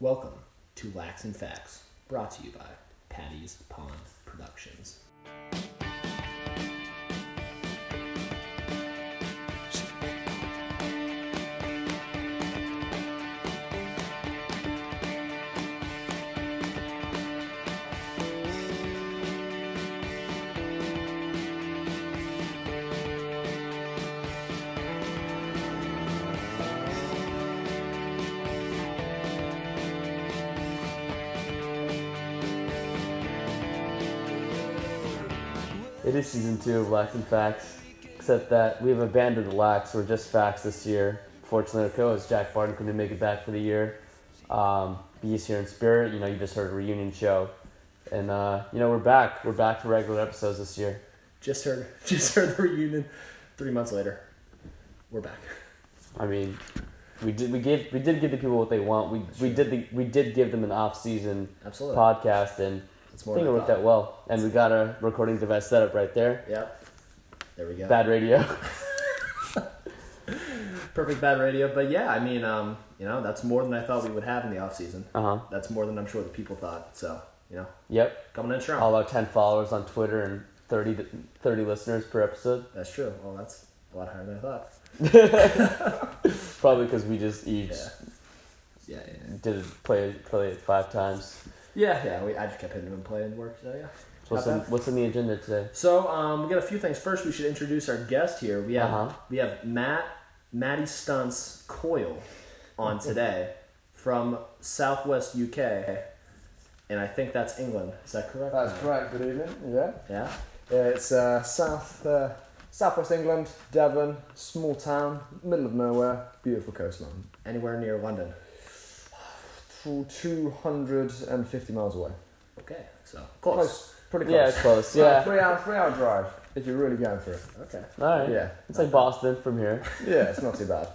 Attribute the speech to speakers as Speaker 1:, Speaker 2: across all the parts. Speaker 1: Welcome to Lax and Facts, brought to you by Patty's Pond Productions.
Speaker 2: It is season two of Lax and Facts, except that we have abandoned Lax. We're just Facts this year. Fortunately, our co-host Jack Barton couldn't make it back for the year. Um, Beast here in spirit. You know, you just heard a reunion show, and uh, you know we're back. We're back to regular episodes this year.
Speaker 1: Just heard, just heard the reunion. Three months later, we're back.
Speaker 2: I mean, we did we gave we did give the people what they want. We we did the, we did give them an off-season
Speaker 1: Absolutely.
Speaker 2: podcast, and
Speaker 1: It's
Speaker 2: I
Speaker 1: more
Speaker 2: think it
Speaker 1: than I
Speaker 2: worked
Speaker 1: thought.
Speaker 2: out well. And we got a recording device set up right there.
Speaker 1: Yep. There we go.
Speaker 2: Bad radio.
Speaker 1: Perfect bad radio, but yeah, I mean, um, you know, that's more than I thought we would have in the off season.
Speaker 2: Uh huh.
Speaker 1: That's more than I'm sure the people thought. So, you know,
Speaker 2: Yep.
Speaker 1: coming in strong.
Speaker 2: all our 10 followers on Twitter and 30, to- 30 listeners per episode.
Speaker 1: That's true. Well, that's a lot higher than I thought.
Speaker 2: Probably because we just each
Speaker 1: Yeah. Yeah, yeah, yeah.
Speaker 2: did it, play, play it five times.
Speaker 1: Yeah, yeah. We, I just kept hitting him and playing work. So yeah.
Speaker 2: So what's,
Speaker 1: Not
Speaker 2: in,
Speaker 1: bad.
Speaker 2: what's in the agenda today?
Speaker 1: So um, we got a few things. First, we should introduce our guest here. We have
Speaker 2: Uh-huh.
Speaker 1: we have Matt Matty Stunts Coil on today from Southwest UK, and I think that's England. Is that correct?
Speaker 3: That's correct. Good evening. Yeah,
Speaker 1: Yeah.
Speaker 3: it's uh, south uh, southwest England, Devon, small town, middle of nowhere, beautiful coastline,
Speaker 1: Anywhere near London.
Speaker 3: Two- 250 miles away.
Speaker 1: Okay. So close.
Speaker 3: Close, pretty close.
Speaker 2: Yeah, close.
Speaker 3: About
Speaker 2: Yeah.
Speaker 3: three hour three hour drive if you're really going for it.
Speaker 1: Okay.
Speaker 2: All right.
Speaker 3: Yeah,
Speaker 2: It's like Boston from here.
Speaker 3: yeah, it's not too bad.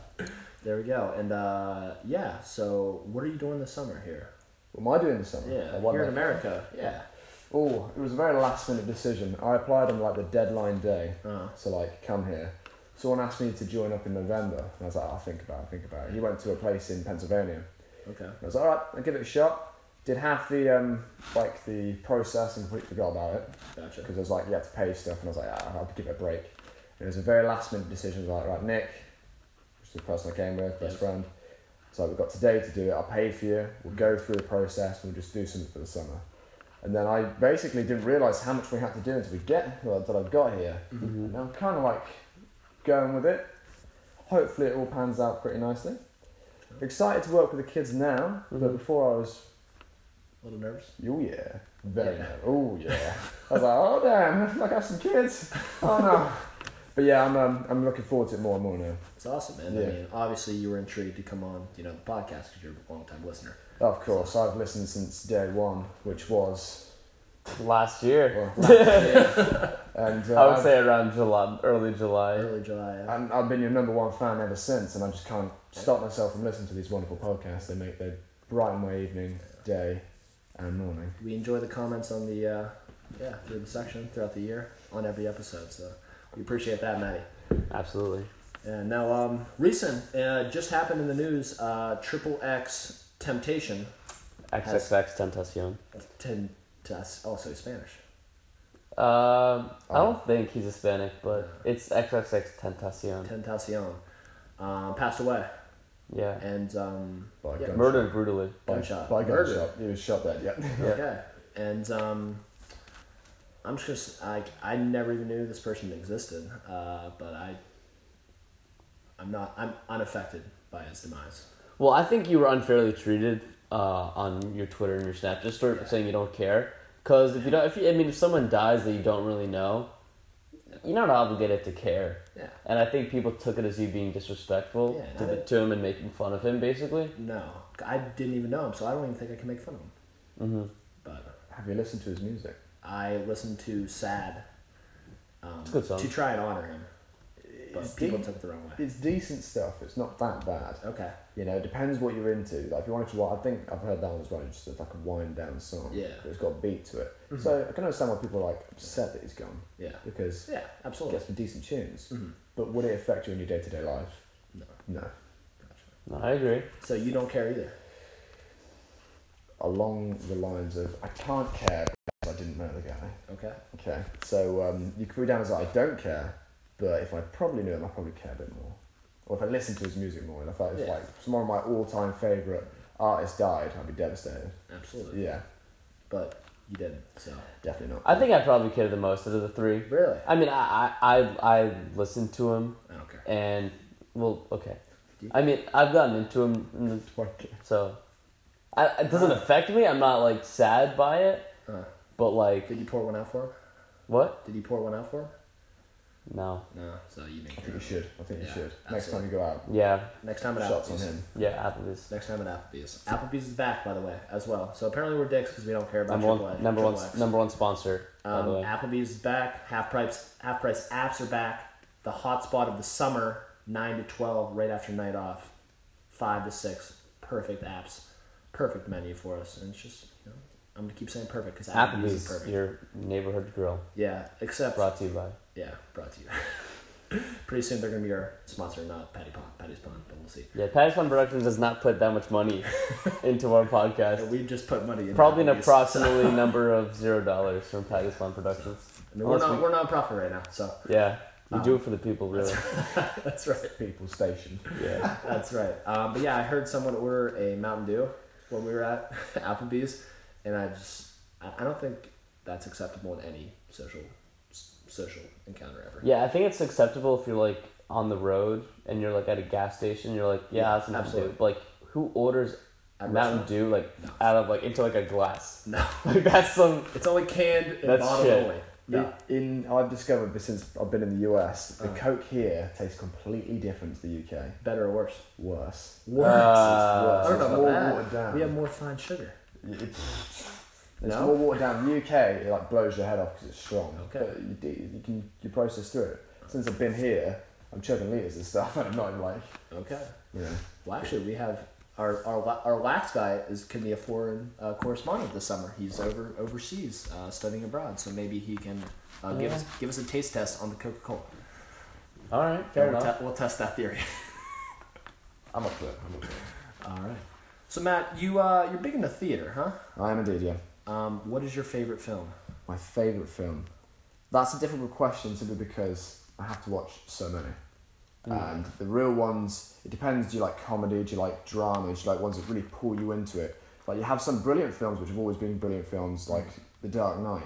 Speaker 1: There we go. And uh, yeah. So what are you doing this summer here?
Speaker 3: What am I doing this summer?
Speaker 1: Yeah.
Speaker 3: Uh, I wonder.
Speaker 1: Here in America. Yeah.
Speaker 3: Oh, it was a very last minute decision. I applied on like the deadline day
Speaker 1: Uh,
Speaker 3: to like come here. Someone asked me to join up in November, and I was like, I'll think about it, think about it. He went to a place in Pennsylvania.
Speaker 1: okay.
Speaker 3: I was like, all right, I'll give it a shot. Did half the um, like the process and completely forgot about it
Speaker 1: Gotcha.
Speaker 3: because I was like, you have to pay stuff, and I was like, ah, I'll give it a break. And it was a very last minute decision. I was like, right, Nick, which is the person I came with, best
Speaker 1: Yeah.
Speaker 3: friend. So we've got today to do it. I'll pay for you. We'll go through the process. We'll just do something for the summer. And then I basically didn't realize how much we had to do until we get well, until I got here. And I'm kind of like going with it. Hopefully, it all pans out pretty nicely. Excited to work with the kids now, but before I was
Speaker 1: A little nervous.
Speaker 3: Oh yeah, very
Speaker 1: Yeah.
Speaker 3: nervous. Oh yeah. I was like, oh damn, I got some kids. Oh no. But yeah, I'm um, I'm looking forward to it more and more now.
Speaker 1: It's awesome, man. I
Speaker 3: Yeah.
Speaker 1: mean, obviously, you were intrigued to come on, you know, the podcast because you're a long-time listener.
Speaker 3: Of course, I've listened since day one, which was,
Speaker 2: Last year.
Speaker 3: well, and uh,
Speaker 2: I would
Speaker 3: I've-
Speaker 2: say around July, early July.
Speaker 1: Early July. yeah.
Speaker 3: and I've been your number one fan ever since, and I just can't stop myself from listening to these wonderful podcasts. They make they brighten my evening, day, and morning.
Speaker 1: We enjoy the comments on the, uh, yeah, through the section throughout the year on every episode. So we appreciate that, Maddie.
Speaker 2: Absolutely.
Speaker 1: And now, um, recent uh, just happened in the news. uh, Triple X Temptation.
Speaker 2: XXX Tentacion.
Speaker 1: Ten, that's also Spanish.
Speaker 2: Um, I don't think he's Hispanic, but it's XXX Tentacion.
Speaker 1: Tentacion um, passed away
Speaker 2: Yeah.
Speaker 1: and um,
Speaker 3: By
Speaker 1: yeah,
Speaker 3: gun-
Speaker 2: Murdered brutally.
Speaker 3: By,
Speaker 1: Gunshot.
Speaker 3: By
Speaker 1: Murder.
Speaker 3: gunshot. He was shot dead. Yeah.
Speaker 1: Okay. And um, I'm just like I never even knew this person existed, uh, but I I'm not I'm unaffected by his demise.
Speaker 2: Well, I think you were unfairly treated uh, on your Twitter and your Snap. Just for saying you don't care, because if you don't, if you, I mean, if someone dies that you don't really know, you're not obligated to care.
Speaker 1: Yeah.
Speaker 2: And I think people took it as you being disrespectful
Speaker 1: Yeah,
Speaker 2: to,
Speaker 1: I
Speaker 2: the,
Speaker 1: didn't-
Speaker 2: to him and making fun of him, basically.
Speaker 1: No, I didn't even know him, so I don't even think I can make fun of him.
Speaker 2: Mm-hmm.
Speaker 1: But
Speaker 3: Have you listened to his music?
Speaker 1: I listened to "Sad" um,
Speaker 2: a good song.
Speaker 1: to try and honor him, but
Speaker 3: It's
Speaker 1: people
Speaker 3: deep.
Speaker 1: took it the wrong way.
Speaker 3: It's decent stuff. It's not that bad.
Speaker 1: Okay.
Speaker 3: You know, it depends what you're into. Like, if you wanted to, wa- I think I've heard that one as well. It's just like a wind down song.
Speaker 1: Yeah. Mm-hmm.
Speaker 3: But it's got a beat to it. So I can understand why people are like upset that he's gone
Speaker 1: Yeah.
Speaker 3: because
Speaker 1: Yeah.
Speaker 3: it
Speaker 1: Absolutely.
Speaker 3: gets some decent tunes. But would it affect you in your day to day life?
Speaker 1: No.
Speaker 3: No.
Speaker 2: No, I agree.
Speaker 1: So you don't care either.
Speaker 3: along the lines of I can't care because I didn't know the guy.
Speaker 1: Okay.
Speaker 3: Okay, so um, you could put it down as I don't care, but if I probably knew him, I probably care a bit more. Or if I listened to his music more, and if I if
Speaker 1: Yeah.
Speaker 3: like some of my all time favorite artists died, I'd be devastated.
Speaker 1: Absolutely.
Speaker 3: Yeah,
Speaker 1: But you didn't. So
Speaker 3: definitely not.
Speaker 2: I think I probably care the most out of the three.
Speaker 1: really,
Speaker 2: I mean, I I I, I listened to him
Speaker 1: I don't care.
Speaker 2: and well, okay. I mean, I've gotten into him, in the,
Speaker 3: Like,
Speaker 2: so I, it doesn't affect me. I'm not like sad by it,
Speaker 1: Uh,
Speaker 2: but like
Speaker 1: did you pour one out for him?
Speaker 2: what?
Speaker 1: Did you pour one out for him?
Speaker 2: No.
Speaker 1: No. So you didn't
Speaker 3: I think
Speaker 1: care.
Speaker 3: you should. I think
Speaker 1: Yeah,
Speaker 3: you should. Next time
Speaker 1: absolutely.
Speaker 3: you go out,
Speaker 2: Yeah.
Speaker 1: Next time at
Speaker 3: shots on
Speaker 1: Applebee's.
Speaker 3: him.
Speaker 2: Yeah. Applebee's.
Speaker 1: Next time at Applebee's. Applebee's is back, by the way, as well. So apparently we're dicks because we don't care about
Speaker 2: Number
Speaker 1: Triple
Speaker 2: one.
Speaker 1: A.
Speaker 2: Number
Speaker 1: Triple
Speaker 2: one.
Speaker 1: X.
Speaker 2: Number one sponsor. by
Speaker 1: Um,
Speaker 2: the way.
Speaker 1: Applebee's is back. Half price half price apps are back. The hotspot of the summer, nine to twelve, right after night off, five to six. Perfect apps, perfect menu for us, and it's just you know, I'm gonna keep saying perfect because Applebee's, is
Speaker 2: Applebee's,
Speaker 1: perfect.
Speaker 2: your neighborhood grill,
Speaker 1: Yeah, except
Speaker 2: brought to you by.
Speaker 1: yeah, brought to you. Pretty soon they're gonna be our sponsor, not Patty Pond, Patty's Pond, but we'll see.
Speaker 2: Yeah, Patty Fun Productions does not put that much money into our podcast.
Speaker 1: We just put money in.
Speaker 2: Probably an
Speaker 1: Applebee's.
Speaker 2: approximately number of zero dollars from Patty's Fun Productions.
Speaker 1: I mean, we're
Speaker 2: Unless
Speaker 1: not
Speaker 2: we-
Speaker 1: we're non-profit right now, so
Speaker 2: Yeah, we do it for the people, really.
Speaker 1: Um, that's right.
Speaker 3: People station.
Speaker 2: Yeah.
Speaker 1: That's right. Um, but yeah, I heard someone order a Mountain Dew when we were at Applebee's, and I just I, I don't think that's acceptable in any social s- social encounter ever.
Speaker 2: Yeah, I think it's acceptable if you're like on the road and you're like at a gas station. You're like, yeah,
Speaker 1: Yeah,
Speaker 2: that's Mountain
Speaker 1: absolutely.
Speaker 2: Dew. But, like, who orders
Speaker 1: At
Speaker 2: Mountain
Speaker 1: restaurant?
Speaker 2: Dew like out of like into like a glass?
Speaker 1: No,
Speaker 2: Like that's some.
Speaker 1: it's only canned and
Speaker 2: That's
Speaker 1: bottled
Speaker 2: shit.
Speaker 1: only. No.
Speaker 3: In, in I've discovered since I've been in the US,
Speaker 1: Uh-huh.
Speaker 3: the Coke here tastes completely different to the UK.
Speaker 1: Better or worse?
Speaker 3: Worse.
Speaker 1: Worse.
Speaker 2: Uh,
Speaker 1: I don't know about
Speaker 3: More
Speaker 1: that.
Speaker 3: watered down.
Speaker 1: We have more fine sugar.
Speaker 3: It's
Speaker 1: No?
Speaker 3: more watered down. The UK, it like blows your head off because it's strong.
Speaker 1: Okay.
Speaker 3: But you, do, you can you process through it. Since I've been here, I'm chugging liters of stuff, and I'm not like
Speaker 1: Okay.
Speaker 3: you know.
Speaker 1: Well, actually, we have our our la- our wax guy is can be a foreign uh, correspondent this summer. He's over overseas uh, studying abroad, so maybe he can uh, give us give us a taste test on the Coca Cola.
Speaker 2: All right, fair
Speaker 1: We'll,
Speaker 2: enough.
Speaker 1: te- we'll test that theory.
Speaker 2: I'm up for it. I'm up for it.
Speaker 1: All right. So Matt, you uh, you're big into theater, huh?
Speaker 3: I am indeed, yeah.
Speaker 1: Um, what is your favorite film?
Speaker 3: My favourite film. That's a difficult question simply because I have to watch so many.
Speaker 2: Mm.
Speaker 3: And the real ones, it depends. Do you like comedy? Do you like drama? Do you like ones that really pull you into it? Like you have some brilliant films, which have always been brilliant
Speaker 2: Mm.
Speaker 3: films, like The Dark Knight.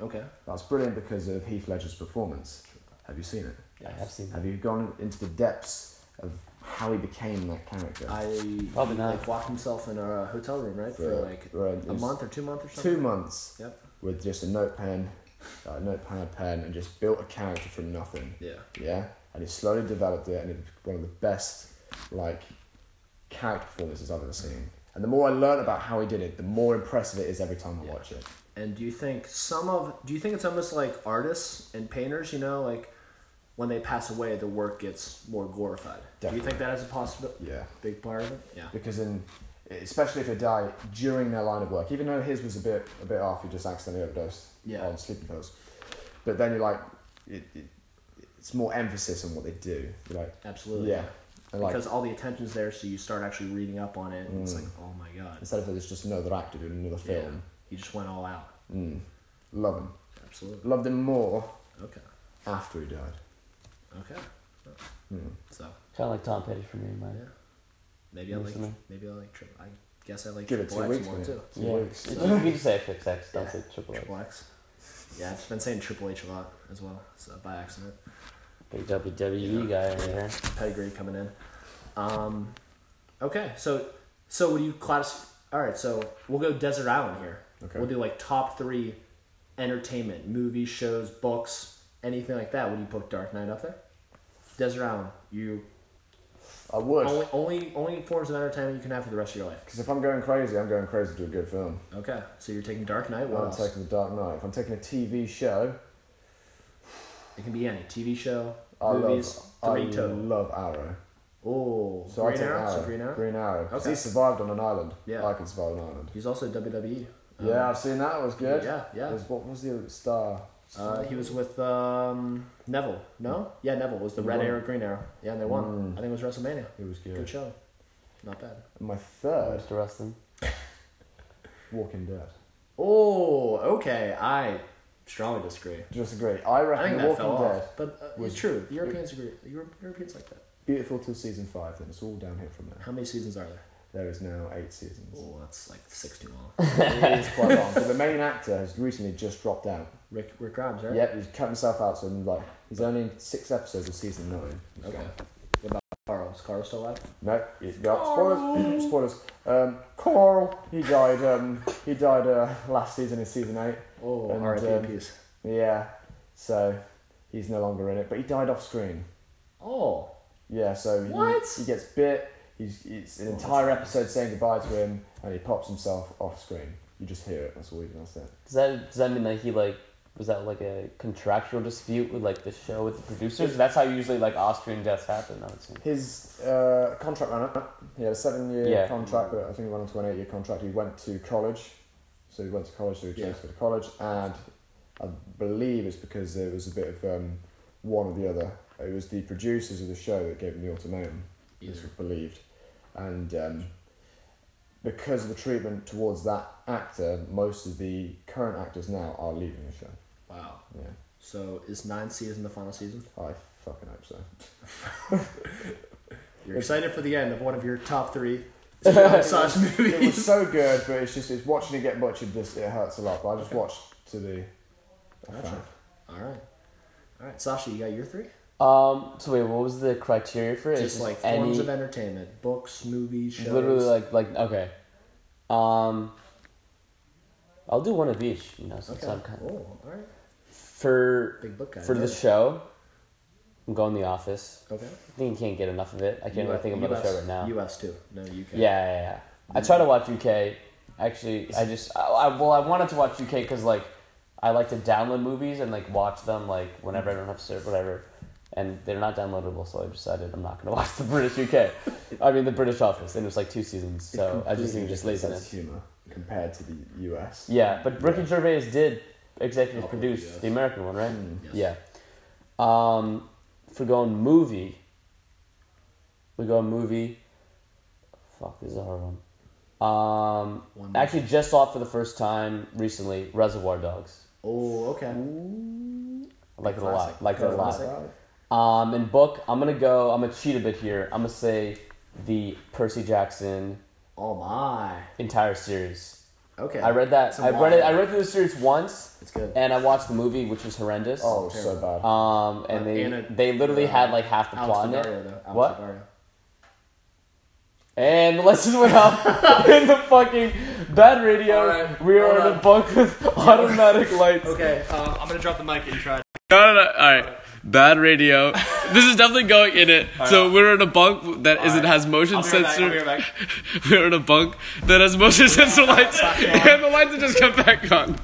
Speaker 1: Okay.
Speaker 3: That's brilliant because of Heath Ledger's performance. Have you seen it?
Speaker 2: I have seen that.
Speaker 3: Have you gone into the depths of how he became that character?
Speaker 1: I
Speaker 2: Probably not.
Speaker 1: like locked himself in a hotel room, right, for
Speaker 3: Yeah.
Speaker 1: like
Speaker 3: Right, it
Speaker 1: a
Speaker 3: was
Speaker 1: month or two months or something.
Speaker 3: Two months
Speaker 1: Yep.
Speaker 3: with just a note pen, a notepad pen, and just built a character from nothing.
Speaker 1: Yeah.
Speaker 3: Yeah, and he slowly developed it, and it was one of the best like character performances I've ever seen. And the more I learn about how he did it, the more impressive it is every time I watch it.
Speaker 1: And do you think some of do you think it's almost like artists and painters, you know, like when they pass away, the work gets more glorified. Do you think
Speaker 3: Definitely.
Speaker 1: that is a possible
Speaker 3: Yeah.
Speaker 1: big part of it? Yeah.
Speaker 3: because in especially if they die during their line of work, even though his was a bit a bit off, he just accidentally overdosed
Speaker 1: Yeah.
Speaker 3: on sleeping pills. But then you're like, it, it, it's more emphasis on what they do. You're like,
Speaker 1: Absolutely.
Speaker 3: yeah, and like
Speaker 1: because all the attention's there, so you start actually reading up on it, and it's like, oh my god,
Speaker 3: instead of it's just another actor doing another
Speaker 1: yeah,
Speaker 3: film,
Speaker 1: he just went all out.
Speaker 3: love him,
Speaker 1: Absolutely.
Speaker 3: loved him more
Speaker 1: Okay.
Speaker 3: after he died. Mm.
Speaker 1: Okay. Well, So
Speaker 2: Kind of like Tom Petty for me, man.
Speaker 1: yeah, maybe I like
Speaker 2: Listening.
Speaker 1: maybe I like triple. I guess I like
Speaker 3: Give it
Speaker 1: triple X
Speaker 3: two weeks,
Speaker 1: more
Speaker 3: mate.
Speaker 1: too.
Speaker 3: Two weeks.
Speaker 2: You can just say XXX, don't
Speaker 1: Yeah.
Speaker 2: say triple X.
Speaker 1: Triple X. Yeah, I've just been saying Triple H a lot as well, so by accident.
Speaker 2: Big WWE guy over here.
Speaker 1: Pedigree coming in. Um, okay, so so would you class? All right, so we'll go desert island here.
Speaker 3: Okay.
Speaker 1: We'll do like top three entertainment, movies, shows, books, anything like that. Would you put Dark Knight up there? Desert Island. You
Speaker 3: I would
Speaker 1: only only only forms of entertainment you can have for the rest of your life.
Speaker 3: because if I'm going crazy, I'm going crazy to a good film.
Speaker 1: Okay, so you're taking Dark Knight. What
Speaker 3: I'm
Speaker 1: else?
Speaker 3: taking The Dark Knight. If I'm taking a TV show,
Speaker 1: It can be any TV show,
Speaker 3: I
Speaker 1: movies,
Speaker 3: love
Speaker 1: three
Speaker 3: I
Speaker 1: total.
Speaker 3: love Arrow.
Speaker 1: Oh,
Speaker 3: So I
Speaker 1: Green
Speaker 3: take
Speaker 1: Arrow.
Speaker 3: Arrow.
Speaker 1: So Green Arrow.
Speaker 3: Green Arrow. 'Cause
Speaker 1: Okay.
Speaker 3: He survived on an island.
Speaker 1: Yeah.
Speaker 3: I can survive on an island.
Speaker 1: He's also WWE. Um,
Speaker 3: yeah, I've seen that. It was good.
Speaker 1: yeah, yeah.
Speaker 3: It was, what was the other star?
Speaker 1: Uh, he was with um, Neville. No, yeah, Neville Mm. was the
Speaker 3: He
Speaker 1: Red
Speaker 3: won.
Speaker 1: Arrow, Green Arrow. Yeah, and they won. I think it was WrestleMania.
Speaker 3: It was good.
Speaker 1: Good show. Not bad.
Speaker 3: And my third.
Speaker 2: Mr. Wrestling.
Speaker 3: Walking Dead.
Speaker 1: Oh, okay. I strongly disagree.
Speaker 3: Just agree. I
Speaker 1: I
Speaker 3: reckon
Speaker 1: think
Speaker 3: The
Speaker 1: that
Speaker 3: Walking
Speaker 1: fell
Speaker 3: Dead.
Speaker 1: off. But uh,
Speaker 3: was-
Speaker 1: it's true. The Europeans agree. The Euro- Europeans like that.
Speaker 3: Beautiful till season five, then it's all downhill from there.
Speaker 1: How many seasons are there?
Speaker 3: There is now eight seasons.
Speaker 1: Oh, that's like six too long.
Speaker 3: it is quite long. But the main actor has recently just dropped out.
Speaker 1: Rick, Rick Grimes, right?
Speaker 3: Yep, he's cut himself out, so like he's only in six episodes of season nine. He's
Speaker 1: Okay.
Speaker 3: gone.
Speaker 1: What about Carl? Is Carl still alive?
Speaker 3: No, he's got spoilers. spoilers. Um, Coral, he died. Um, he died uh, last season in season eight.
Speaker 1: Oh,
Speaker 3: And,
Speaker 1: R.I.P.
Speaker 3: um,
Speaker 1: peace.
Speaker 3: Yeah, so he's no longer in it, but he died off screen.
Speaker 1: Oh,
Speaker 3: Yeah, so he-
Speaker 1: What?
Speaker 3: He, gets bit. He's it's an entire episode saying goodbye to him, and he pops himself off screen. You just hear it. That's all. you- That's it.
Speaker 2: Does that does that mean that he like was that like a contractual dispute with like the show with the producers? That's how usually like Austrian deaths happen. I would say.
Speaker 3: His uh, contract ran up. He had a seven-year
Speaker 2: Yeah.
Speaker 3: contract, but I think it went on to an eight-year contract. He went to college, so he went to college. So he chose
Speaker 1: Yeah.
Speaker 3: to go to college, and I believe it's because there was a bit of um, one or the other. It was the producers of the show that gave him the ultimatum. This
Speaker 1: Either.
Speaker 3: was believed, and um, because of the treatment towards that actor, most of the current actors now are leaving the show.
Speaker 1: wow.
Speaker 3: Yeah,
Speaker 1: So is nine season the final season?
Speaker 3: I fucking hope so.
Speaker 1: You're excited for the end of one of your top three sausage
Speaker 3: it was
Speaker 1: movies.
Speaker 3: so good, but it's just it's watching it get butchered. Just it hurts a lot. But I just watched to the.
Speaker 1: Gotcha. All right. All right, Sasha, you got your three?
Speaker 2: Um. So wait, what was the criteria for it? It's
Speaker 1: Just like forms of entertainment, books, movies, shows.
Speaker 2: literally like like okay. Um. I'll do one of each. You know, so
Speaker 1: Okay.
Speaker 2: it's not kind
Speaker 1: Oh, all right.
Speaker 2: for
Speaker 1: Big book guy.
Speaker 2: for the
Speaker 1: yeah.
Speaker 2: show. I'm going The Office.
Speaker 1: Okay.
Speaker 2: I think you can't get enough of it. I can't really think about
Speaker 1: US,
Speaker 2: the show right now.
Speaker 1: US too. No, UK.
Speaker 2: Yeah, yeah, yeah. I try to watch UK. Actually, I just I, I well, I wanted to watch UK because like I like to download movies and like watch them like whenever I don't have to whatever, and they're not downloadable. So I decided I'm not gonna watch the British UK. I mean the British Office, and it was like two seasons. So I just think just laziness.
Speaker 3: humor compared to the US.
Speaker 2: Yeah, but Ricky Gervais did executive
Speaker 1: Oh,
Speaker 2: produce
Speaker 1: yes. Hmm,
Speaker 2: the American one, right?
Speaker 1: Yes.
Speaker 2: Yeah. Um, for going movie, we go movie. Fuck, this is a hard one. Um,
Speaker 1: One more.
Speaker 2: actually, just saw it for the first time recently. Reservoir Dogs.
Speaker 1: Oh, okay.
Speaker 2: I like it a
Speaker 1: Classic.
Speaker 2: lot. Like it a
Speaker 1: Classic.
Speaker 2: lot. Um, and book, I'm gonna go. I'm gonna cheat a bit here. I'm gonna say the Percy Jackson
Speaker 1: Oh my.
Speaker 2: entire series.
Speaker 1: Okay.
Speaker 2: I read that.
Speaker 1: It's a
Speaker 2: I read it.
Speaker 1: lot.
Speaker 2: I read through the series once,
Speaker 1: It's good.
Speaker 2: and I watched the movie, which was horrendous.
Speaker 3: Oh, so bad.
Speaker 2: Um, and
Speaker 1: Uh,
Speaker 2: they
Speaker 1: Anna-
Speaker 2: they literally
Speaker 1: uh,
Speaker 2: had like half the
Speaker 1: Alex
Speaker 2: plot in
Speaker 1: Daddario,
Speaker 2: it.
Speaker 1: though. Alex
Speaker 2: What?
Speaker 1: Daddario.
Speaker 2: And the lessons went up in the fucking bad radio.
Speaker 4: All right,
Speaker 2: we were
Speaker 4: hold
Speaker 2: in a
Speaker 4: on.
Speaker 2: bunk with automatic lights.
Speaker 4: Okay, um, I'm gonna drop the mic and try. it.
Speaker 5: No, no, no. All right. Bad radio. this is definitely going in it. so we're in a bunk that not
Speaker 4: right.
Speaker 5: has motion
Speaker 4: I'll be right back,
Speaker 5: sensor.
Speaker 4: I'll be right back.
Speaker 5: we're in a bunk that has motion sensor lights, and the lights have just come back on.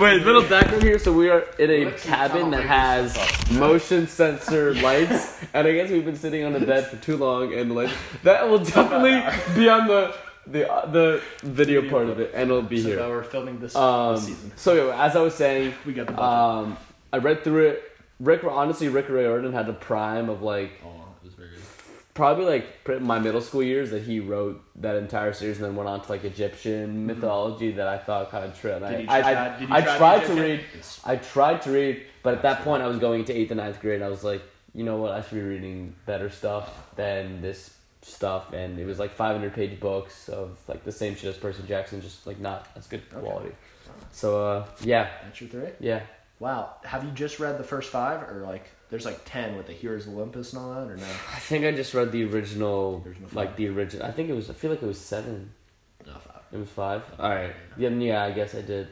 Speaker 2: Wait, little background here. So we are in a cabin that has motion sensor lights, and I guess we've been sitting on a bed for too long, and like that will definitely be on the the uh, the video part of it, and it'll be
Speaker 1: So now
Speaker 2: here.
Speaker 1: we're filming this, this
Speaker 2: Um,
Speaker 1: season.
Speaker 2: so anyway, as I was saying,
Speaker 1: We got the budget.
Speaker 2: Um, I read through it. Rick, honestly, Rick Riordan had a prime of like
Speaker 1: oh, it was very good.
Speaker 2: probably like pr- my middle school years that he wrote that entire series and then went on to like Egyptian mythology that I thought kind of tripped. I,
Speaker 1: Mm-hmm. Did he
Speaker 2: I,
Speaker 1: try-
Speaker 2: I,
Speaker 1: did he
Speaker 2: I
Speaker 1: try the
Speaker 2: tried
Speaker 1: Egyptian?
Speaker 2: to read. I tried to read, but at that point I was going into eighth and ninth grade. And I was like, you know what? I should be reading better stuff than this stuff. And it was like 500 page books of like the same shit as Percy Jackson, just like not as good quality. So uh, yeah,
Speaker 1: That's your three?
Speaker 2: yeah.
Speaker 1: Wow. Have you just read the first five, or like there's like ten with the Heroes of Olympus and all that, or no?
Speaker 2: I think I just read the original,
Speaker 1: Original
Speaker 2: like
Speaker 1: five.
Speaker 2: the original. I think it was. I feel like it was seven.
Speaker 1: No five.
Speaker 2: It was five. All right. Yeah, yeah. I guess I did.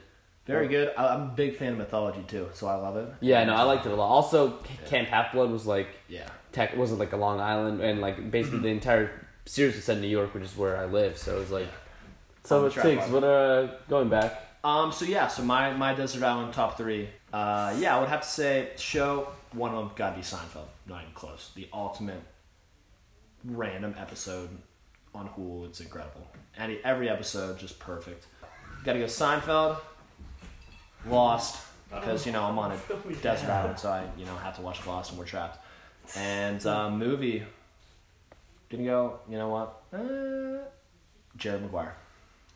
Speaker 1: Very good. I, I'm a big fan of mythology too, so I love it.
Speaker 2: Yeah, no, I liked it a lot. Also, C- Camp Half Blood was like
Speaker 1: Yeah.
Speaker 2: tech wasn't like a Long Island, and like basically the entire series was set in New York, which is where I live. So it was like.
Speaker 1: On
Speaker 2: So
Speaker 1: the
Speaker 2: it
Speaker 1: track
Speaker 2: takes.
Speaker 1: line.
Speaker 2: What uh, going back?
Speaker 1: Um. So yeah. So my my desert island top three. Uh. Yeah. I would have to say show one of them gotta be Seinfeld. Not even close. The ultimate random episode on Hulu. It's incredible. Any every episode just perfect. Gotta go Seinfeld. Lost because you know I'm on a desert island, so I you know have to watch Lost and we're trapped. And uh, movie. Gonna go. You know what? Uh, Jared McGuire.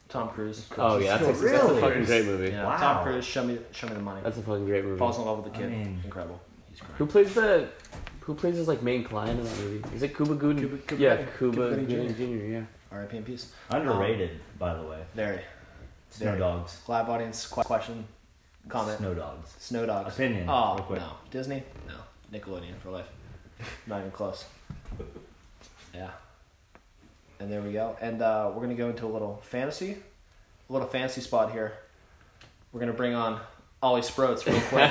Speaker 1: Tom Cruise.
Speaker 2: Oh yeah, that's, a- that's a
Speaker 3: Really?
Speaker 2: fucking great movie.
Speaker 1: Yeah,
Speaker 3: Wow.
Speaker 1: Tom Cruise. Show me, show me the money.
Speaker 2: That's a fucking great movie.
Speaker 1: Falls in love with the kid.
Speaker 3: I mean-
Speaker 1: Incredible. He's great.
Speaker 2: Who plays the who plays his like main client in that movie? Is it Cuba Gooding?
Speaker 1: Cuba- Cuba
Speaker 2: yeah,
Speaker 1: Gooding.
Speaker 2: Cuba,
Speaker 1: Cuba Gooding
Speaker 2: Gooding Jr. Yeah.
Speaker 1: R.I.P. in peace.
Speaker 6: Underrated, by the way.
Speaker 1: There.
Speaker 6: Snow
Speaker 1: There.
Speaker 6: dogs.
Speaker 1: Live audience qu- question, comment. Snow,
Speaker 6: Snow dogs.
Speaker 1: dogs.
Speaker 6: Opinion,
Speaker 1: Oh
Speaker 6: real quick.
Speaker 1: no, Disney. No, Nickelodeon for life. Not even close. Yeah. And there we go. And uh, we're gonna go into a little fantasy, a little fantasy spot here. We're gonna bring on Ollie Sproats real quick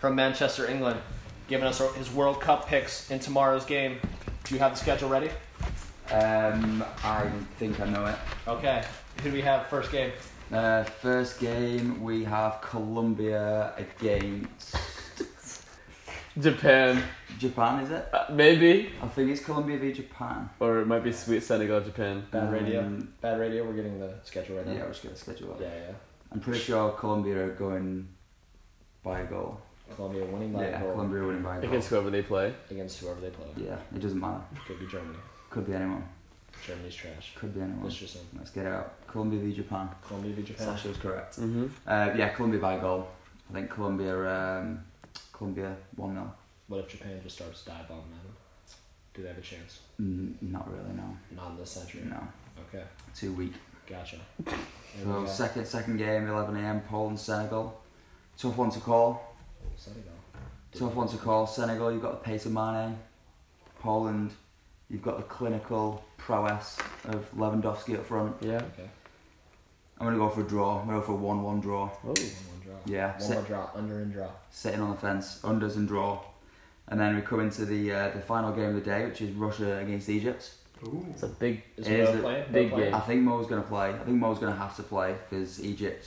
Speaker 1: from Manchester, England, giving us his World Cup picks in tomorrow's game. Do you have the schedule ready?
Speaker 7: Um, I think I know it.
Speaker 1: Okay. Who do we have first game?
Speaker 7: Uh, first game we have Colombia against
Speaker 2: Japan,
Speaker 7: Japan. Is it?
Speaker 2: uh, maybe,
Speaker 7: I think it's Colombia v Japan.
Speaker 2: or it might be Sweet Senegal, Japan.
Speaker 1: Bad radio.
Speaker 7: Um,
Speaker 1: Bad radio. We're getting the schedule right now.
Speaker 7: Yeah, I was gonna schedule it.
Speaker 1: Yeah, yeah.
Speaker 7: I'm pretty sure Colombia are going by a goal.
Speaker 1: Colombia winning by
Speaker 7: yeah,
Speaker 1: a goal
Speaker 7: Colombia winning by a goal.
Speaker 2: Against whoever they play.
Speaker 1: against whoever they play.
Speaker 7: Yeah, it doesn't matter.
Speaker 1: Could be Germany.
Speaker 7: Could be anyone.
Speaker 1: Germany's trash.
Speaker 7: Could be anyone.
Speaker 1: That's just in
Speaker 7: Let's get it out. Colombia v Japan.
Speaker 1: Colombia v Japan.
Speaker 7: Sasha was correct.
Speaker 2: Mm-hmm.
Speaker 7: Uh, yeah, Colombia by a goal. I think Colombia. Um, Colombia one 0
Speaker 1: What if Japan just starts dive bombing at them? Do they have a chance?
Speaker 7: Mm,
Speaker 1: Mm-hmm.
Speaker 7: not really. No.
Speaker 1: Not in this century.
Speaker 7: No.
Speaker 1: Okay,
Speaker 7: Too weak.
Speaker 1: gotcha. There we
Speaker 7: So
Speaker 1: go.
Speaker 7: second second game, 11 a.m. Poland Senegal. Tough one to call.
Speaker 1: Senegal.
Speaker 7: Tough one to call. Senegal, you've got the pace of Mane. Poland, you've got the clinical prowess of Lewandowski up front.
Speaker 2: Yeah.
Speaker 1: Okay.
Speaker 7: I'm gonna go for a draw. I'm gonna go for a one-one draw.
Speaker 2: Oh.
Speaker 1: One more draw.
Speaker 7: Yeah,
Speaker 1: One
Speaker 7: sit,
Speaker 1: more draw. Under and draw.
Speaker 7: sitting on the fence, unders and draw. And then we come into the uh, the final game of the day, which is Russia against Egypt.
Speaker 2: It's a big.
Speaker 1: Is
Speaker 7: It
Speaker 1: Mo
Speaker 7: is a
Speaker 1: playing? Mo
Speaker 2: big
Speaker 1: playing?
Speaker 2: game.
Speaker 7: I think Mo's gonna play. I think Mo's gonna have to play because Egypt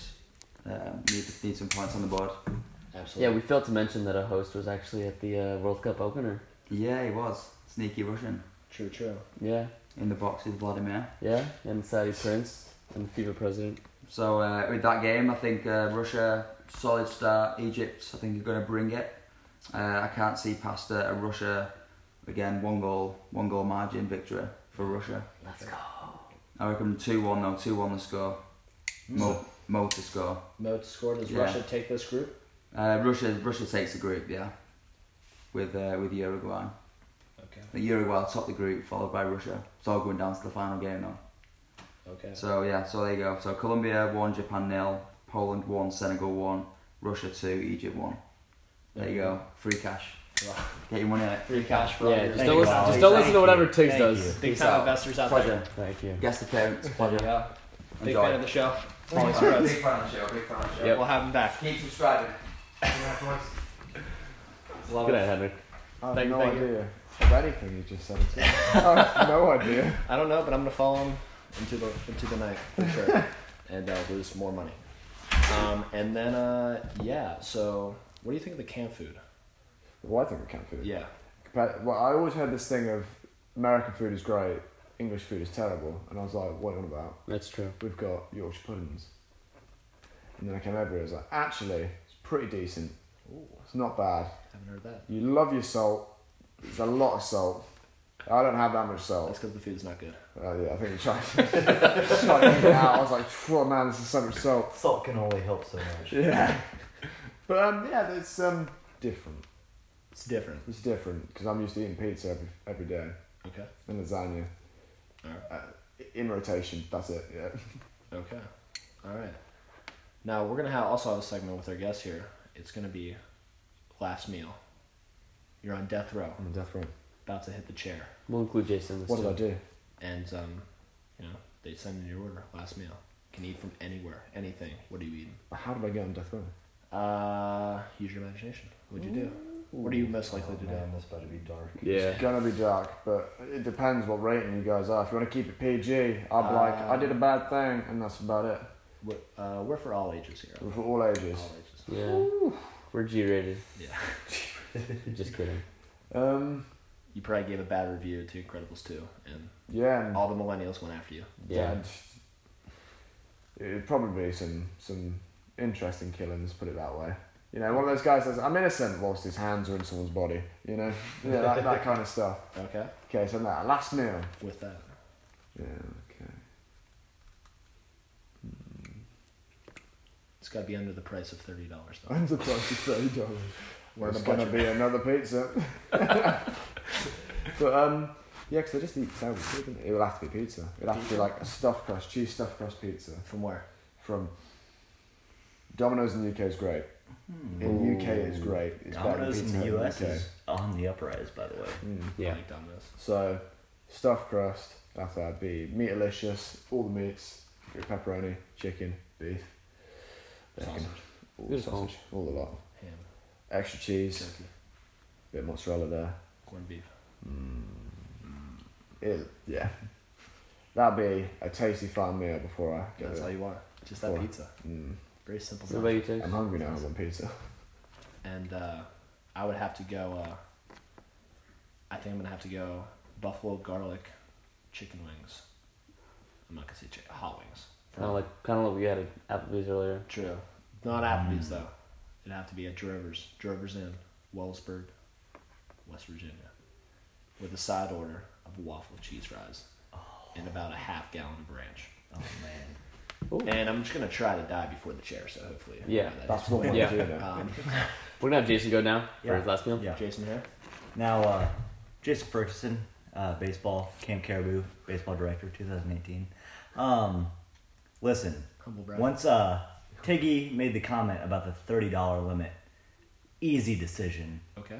Speaker 7: um, need need some points on the board.
Speaker 2: Yeah,
Speaker 1: Absolutely.
Speaker 2: we failed to mention that a host was actually at the uh, World Cup opener.
Speaker 7: Yeah, he was sneaky Russian
Speaker 1: True, true.
Speaker 2: Yeah,
Speaker 7: in the box with Vladimir.
Speaker 2: yeah, and Saudi Prince and the FIFA president.
Speaker 7: So uh, with that game, I think uh, Russia solid start. Egypt, I think, are going to bring it. Uh, I can't see past a, a Russia again one goal one goal margin victory for Russia.
Speaker 1: Let's
Speaker 7: go. I reckon two one though. Two one the score. Mo, Mo to score.
Speaker 1: Mo scored. Does
Speaker 7: Yeah.
Speaker 1: Russia take this group?
Speaker 7: Uh, Russia Russia takes the group, yeah. With uh, with Uruguay.
Speaker 1: Okay.
Speaker 7: I think Uruguay top the group, followed by Russia. It's all going down to the final game though.
Speaker 1: Okay.
Speaker 7: So yeah, so there you go. So Colombia one, Japan nil, Poland one, Senegal one, Russia two, Egypt one. There you go. Free cash.
Speaker 1: Wow.
Speaker 7: Get your money out.
Speaker 1: Free cash for all
Speaker 2: Yeah,
Speaker 1: your
Speaker 2: just
Speaker 6: Thank
Speaker 2: don't
Speaker 6: you,
Speaker 2: listen,
Speaker 6: Ollie.
Speaker 2: just don't listen
Speaker 6: Thank
Speaker 2: to whatever
Speaker 6: you.
Speaker 2: Tiggs
Speaker 6: Thank
Speaker 2: does.
Speaker 6: you.
Speaker 1: big
Speaker 7: Peace
Speaker 1: time
Speaker 7: out.
Speaker 1: investors out
Speaker 7: Pleasure.
Speaker 2: Thank you.
Speaker 7: Guess the parents. Pleasure.
Speaker 1: there. Yeah. Big
Speaker 7: Enjoy.
Speaker 1: fan of the show.
Speaker 7: Big
Speaker 1: Always for
Speaker 7: fan,
Speaker 1: us.
Speaker 7: big fan of the show. Big fan of the show.
Speaker 2: Yep.
Speaker 1: We'll have him back.
Speaker 7: Keep subscribing.
Speaker 1: Love
Speaker 2: Good
Speaker 1: it.
Speaker 2: night, Henrik.
Speaker 3: I have
Speaker 1: Thank you,
Speaker 3: no
Speaker 1: thank you.
Speaker 3: idea of anything you just said. At all. I have no idea.
Speaker 1: I don't know, but I'm gonna follow him into the into the night for sure, and uh, lose more money. Um, and then uh, yeah, so what do you think of the camp food?
Speaker 3: Well, I think we can't food.
Speaker 1: Yeah,
Speaker 3: But well, I always heard this thing of American food is great, English food is terrible, and I was like, what are you on about?
Speaker 2: That's true.
Speaker 3: We've got Yorkshire puddings. And then I came over and I was like, actually, it's pretty decent. It's not bad.
Speaker 1: haven't heard that.
Speaker 3: You love your salt. There's a lot of salt. I don't have that much
Speaker 1: That's
Speaker 3: salt.
Speaker 1: because the food's not good.
Speaker 3: Uh, yeah, I think it's trying trying to eat it out. I was like, "Phew, man, this is so much salt.
Speaker 6: Salt can only help so much.
Speaker 3: Yeah. But um, yeah, it's um, different.
Speaker 1: It's different.
Speaker 3: It's different because I'm used to eating pizza every, every day
Speaker 1: Okay.
Speaker 3: and lasagna.
Speaker 1: Alright.
Speaker 3: Uh, in rotation, that's it. Yeah.
Speaker 1: Okay. All right. Now we're gonna have also have a segment with our guest here. It's gonna be last meal. You're on death row,
Speaker 3: I'm different.
Speaker 1: about to hit the chair,
Speaker 2: We'll include Jason in this
Speaker 3: What
Speaker 2: too.
Speaker 3: did I do?
Speaker 1: and um, you know they send in your order. Last meal. Can eat from anywhere, anything. What are you eating?
Speaker 3: How did I get on death row?
Speaker 1: Uh, use your imagination. What'd you do? What are you most likely
Speaker 3: Oh,
Speaker 1: to do?
Speaker 6: Damn, this better be dark.
Speaker 2: Yeah.
Speaker 3: It's gonna be dark, but it depends what rating you guys are. If you want to keep it PG, I'll be like, I did a bad thing, and that's about it.
Speaker 1: What, uh, we're for all ages here.
Speaker 3: We're For all ages.
Speaker 1: All ages.
Speaker 2: Yeah. We're G rated.
Speaker 1: Yeah.
Speaker 2: Just kidding.
Speaker 3: Um,
Speaker 1: You probably gave a bad review to Incredibles 2, and
Speaker 3: yeah, and
Speaker 1: all the millennials went after you.
Speaker 2: Yeah.
Speaker 3: and It'd probably be some some interesting killings, put it that way. You know, one of those guys says, "I'm innocent," whilst his hands are in someone's body. You know, yeah, that, that kind of stuff.
Speaker 1: Okay?
Speaker 3: Okay, so now last meal.
Speaker 1: With that.
Speaker 3: Yeah. Okay. Hmm.
Speaker 1: It's got to be under the price of thirty dollars.
Speaker 3: I'm the price of thirty dollars.
Speaker 1: We're
Speaker 3: It's
Speaker 1: on a
Speaker 3: gonna be another pizza. but um, yeah, because they just eat terrible food. Didn't they? It will have to be pizza. It'll have to be like a stuffed crust, cheese stuffed crust pizza
Speaker 1: From where?
Speaker 3: from Domino's in the UK is great. In UK is great. It's better than
Speaker 6: Hmm. Domino's in
Speaker 3: Pizza Hut
Speaker 6: the US
Speaker 3: UK.
Speaker 6: is on the uprise, by the way.
Speaker 3: Mm.
Speaker 1: I
Speaker 2: Yeah.
Speaker 1: like Domino's.
Speaker 3: So, stuffed crust. After that'd be meatlicious. All the meats. Your pepperoni, chicken, beef, bacon,
Speaker 1: Sausage.
Speaker 3: all the
Speaker 2: Beautiful.
Speaker 3: sausage, all the lot.
Speaker 1: Ham.
Speaker 3: Extra cheese,
Speaker 1: Turkey.
Speaker 3: bit of mozzarella there.
Speaker 1: Corned beef.
Speaker 3: Mm. It, yeah. That'd be a tasty fine meal before I go.
Speaker 1: That's all
Speaker 3: there.
Speaker 1: you want. Just that
Speaker 3: Four.
Speaker 1: pizza.
Speaker 3: Mm.
Speaker 1: Very simple.
Speaker 2: What about
Speaker 1: stuff.
Speaker 2: you, Tiggs?
Speaker 3: I'm hungry now. I want pizza.
Speaker 1: And uh, I would have to go. Uh, I think I'm gonna have to go buffalo garlic chicken wings. I'm not gonna say chicken, hot wings.
Speaker 2: Kind of like kind of like we had at Applebee's earlier.
Speaker 1: True. Not Applebee's though. It'd have to be at Drovers. Drovers Inn, Wellsburg, West Virginia, with a side order of waffle cheese fries and about a half gallon of ranch.
Speaker 6: Oh man.
Speaker 1: And I'm just gonna try to die before the chair, so hopefully.
Speaker 2: Yeah,
Speaker 1: that
Speaker 3: That's
Speaker 1: is-
Speaker 3: what we're
Speaker 2: Yeah.
Speaker 3: doing now.
Speaker 1: Um,
Speaker 2: We're gonna have Jason go now for
Speaker 6: Yeah.
Speaker 2: his last meal.
Speaker 6: Yeah.
Speaker 1: Jason here.
Speaker 6: Now, uh, Jason Ferguson, uh, baseball, Camp Caribou, baseball director, 2018. Um, listen,
Speaker 1: Humble brag.
Speaker 6: once uh, Tiggy made the comment about the $30 limit, easy decision.
Speaker 1: Okay.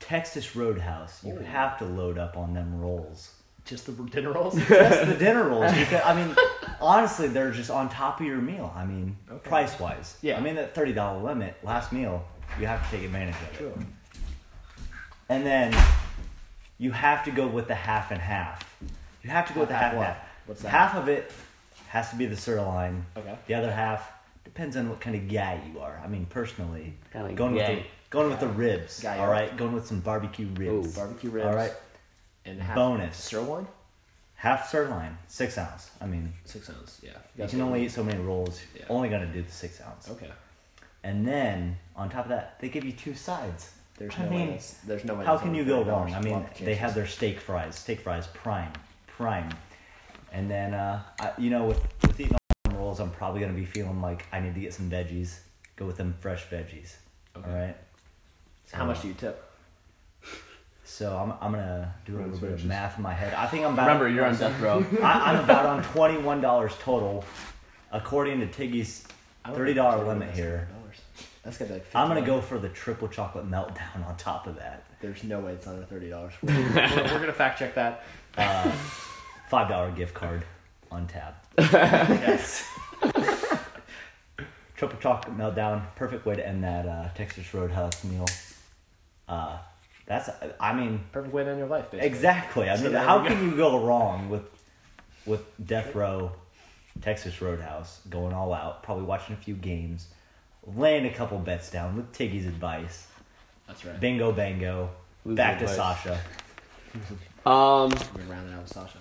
Speaker 6: Texas Roadhouse, you have to load up on them rolls.
Speaker 1: Just the dinner rolls.
Speaker 6: Just the dinner rolls. Because, I mean, honestly, they're just on top of your meal. I mean,
Speaker 1: Okay.
Speaker 6: price wise.
Speaker 1: Yeah.
Speaker 6: I mean, that $30 limit, last meal, you have to take advantage of it.
Speaker 1: Sure.
Speaker 6: And then you have to go with the half and half. You have to go with the half and
Speaker 1: Half
Speaker 6: half.
Speaker 1: what? What's that?
Speaker 6: Half of it has to be the sirloin.
Speaker 1: Okay.
Speaker 6: The other half depends on what kind of guy you are. I mean, personally,
Speaker 2: Kinda
Speaker 6: going with
Speaker 2: guy.
Speaker 6: the, going with the ribs.
Speaker 1: Guy.
Speaker 6: all right, going with some barbecue ribs.
Speaker 2: Ooh.
Speaker 1: Barbecue ribs.
Speaker 6: All right,
Speaker 1: And half
Speaker 6: Bonus.
Speaker 1: sirloin.
Speaker 6: half sirloin, six ounce. I mean,
Speaker 1: Six ounces. Yeah.
Speaker 6: you can only eat so many rolls.
Speaker 1: Yeah.
Speaker 6: You're only gonna do the six ounce.
Speaker 1: Okay.
Speaker 6: And then on top of that, they give you two sides.
Speaker 1: There's
Speaker 6: I
Speaker 1: no way.
Speaker 6: mean,
Speaker 1: that's- There's no way.
Speaker 6: How
Speaker 1: that's
Speaker 6: can
Speaker 1: only
Speaker 6: you go
Speaker 1: $30
Speaker 6: wrong? I mean,
Speaker 1: waffle
Speaker 6: they have
Speaker 1: cheese.
Speaker 6: their steak fries, steak fries prime, prime, and then uh, I, you know, with with eating all them rolls, I'm probably gonna be feeling like I need to get some veggies. Go with them fresh veggies.
Speaker 1: Okay.
Speaker 6: All right. So,
Speaker 1: How much do you tip?
Speaker 6: So I'm, I'm gonna do a
Speaker 3: Friends
Speaker 6: little bit of
Speaker 3: veggies.
Speaker 6: math in my head. I think I'm about.
Speaker 2: Remember, you're on death row.
Speaker 6: I, I'm about on twenty one dollars total, according to Tiggy's
Speaker 1: I don't
Speaker 6: thirty
Speaker 1: think that's
Speaker 6: dollar
Speaker 1: really
Speaker 6: limit
Speaker 1: that's
Speaker 6: here.
Speaker 1: $30. That's gotta be like.
Speaker 6: I'm gonna
Speaker 1: $50.
Speaker 6: go for the triple chocolate meltdown on top of that.
Speaker 1: There's no way it's under thirty dollars. We're, we're, we're gonna fact check that.
Speaker 6: Five dollar gift card on tab.
Speaker 1: Yes.
Speaker 6: Triple chocolate meltdown. Perfect way to end that uh, Texas Roadhouse meal. Uh, that's. I mean,
Speaker 1: Perfect way to end your life, basically.
Speaker 6: exactly. I
Speaker 1: So
Speaker 6: mean,
Speaker 1: there
Speaker 6: how
Speaker 1: we
Speaker 6: can you go wrong with with Death Row, Texas Roadhouse going all out? Probably watching a few games, laying a couple bets down with Tiggy's advice.
Speaker 1: That's right.
Speaker 6: Bingo, bango.
Speaker 2: Losing
Speaker 6: back to
Speaker 2: advice.
Speaker 6: Sasha.
Speaker 1: We're
Speaker 2: Um,
Speaker 1: gonna round it out with Sasha.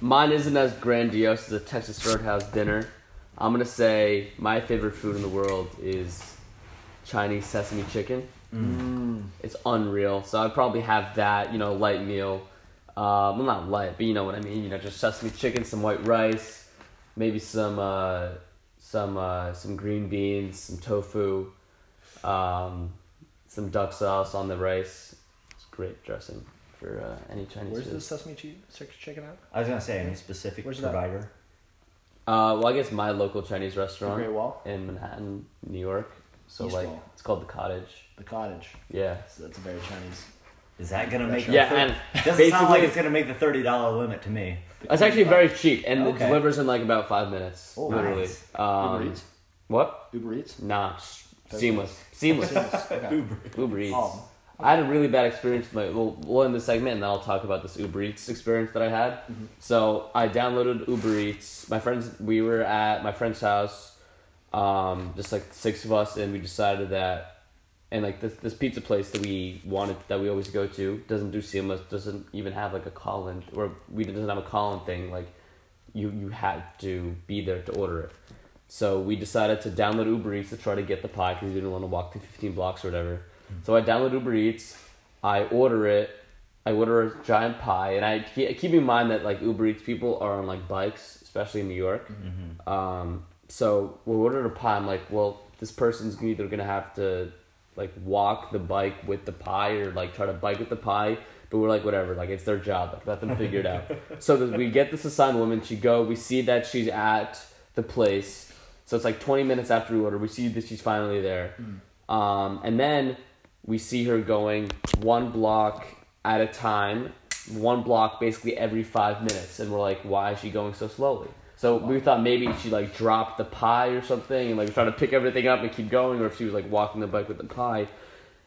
Speaker 2: mine isn't as grandiose as a Texas Roadhouse dinner. I'm gonna say my favorite food in the world is Chinese sesame chicken. It's unreal. So I'd probably have that, you know, light meal. Um, well, not light, but you know what I mean. You know, just sesame chicken, some white rice, maybe some uh, some uh, some green beans, some tofu, um, some duck sauce on the rice. It's great dressing for uh, any Chinese
Speaker 1: Where's
Speaker 2: food.
Speaker 1: the sesame cheese chicken out?
Speaker 6: I was gonna say any specific
Speaker 1: Where's that?
Speaker 6: provider.
Speaker 2: Uh, well, I guess my local Chinese
Speaker 1: The
Speaker 2: restaurant
Speaker 1: Great Wall,
Speaker 2: in Manhattan, New York. So
Speaker 1: East
Speaker 2: like,
Speaker 1: Wall.
Speaker 2: it's called the Cottage.
Speaker 1: the cottage.
Speaker 2: Yeah.
Speaker 1: So that's a very Chinese.
Speaker 6: Is that gonna make?
Speaker 2: Yeah,
Speaker 6: the
Speaker 2: and
Speaker 6: doesn't sound like
Speaker 2: basically-
Speaker 6: it's gonna make the thirty dollar limit to me.
Speaker 2: It's actually very cheap, and it
Speaker 6: Okay.
Speaker 2: delivers in like about five minutes,
Speaker 6: Oh,
Speaker 2: literally.
Speaker 6: nice.
Speaker 2: Um,
Speaker 1: Uber Eats.
Speaker 2: What?
Speaker 1: Uber Eats.
Speaker 2: Nah, s- seamless, seamless.
Speaker 1: Okay.
Speaker 2: Uber Eats.
Speaker 6: Um,
Speaker 1: Oh.
Speaker 2: I had a really bad experience. With my, we'll, we'll end the segment, and then I'll talk about this Uber Eats experience that I had.
Speaker 6: Mm-hmm.
Speaker 2: So I downloaded Uber Eats. My friends, we were at my friend's house, um, just like six of us, and we decided that, and like this this pizza place that we wanted that we always go to doesn't do seamless, doesn't even have like a call in, or we doesn't have a call in thing. Like you you had to be there to order it. So we decided to download Uber Eats to try to get the pie because we didn't want to walk the 15 blocks or whatever. So I download Uber Eats, I order it, I order a giant pie, and I ke- keep in mind that like Uber Eats people are on like bikes, especially in New York. Um, so we ordered a pie. I'm like, well, this person's either gonna have to like walk the bike with the pie or like try to bike with the pie. But we're like, whatever, like it's their job, like let them figure it out. so that we get this assigned woman. She go. We see that she's at the place. So it's like 20 minutes after we order. We see that she's finally there. Um, and then we see her going one block at a time, one block basically every five minutes, and we're like, why is she going so slowly? So we thought maybe she like dropped the pie or something, and like was trying to pick everything up and keep going, or if she was like walking the bike with the pie.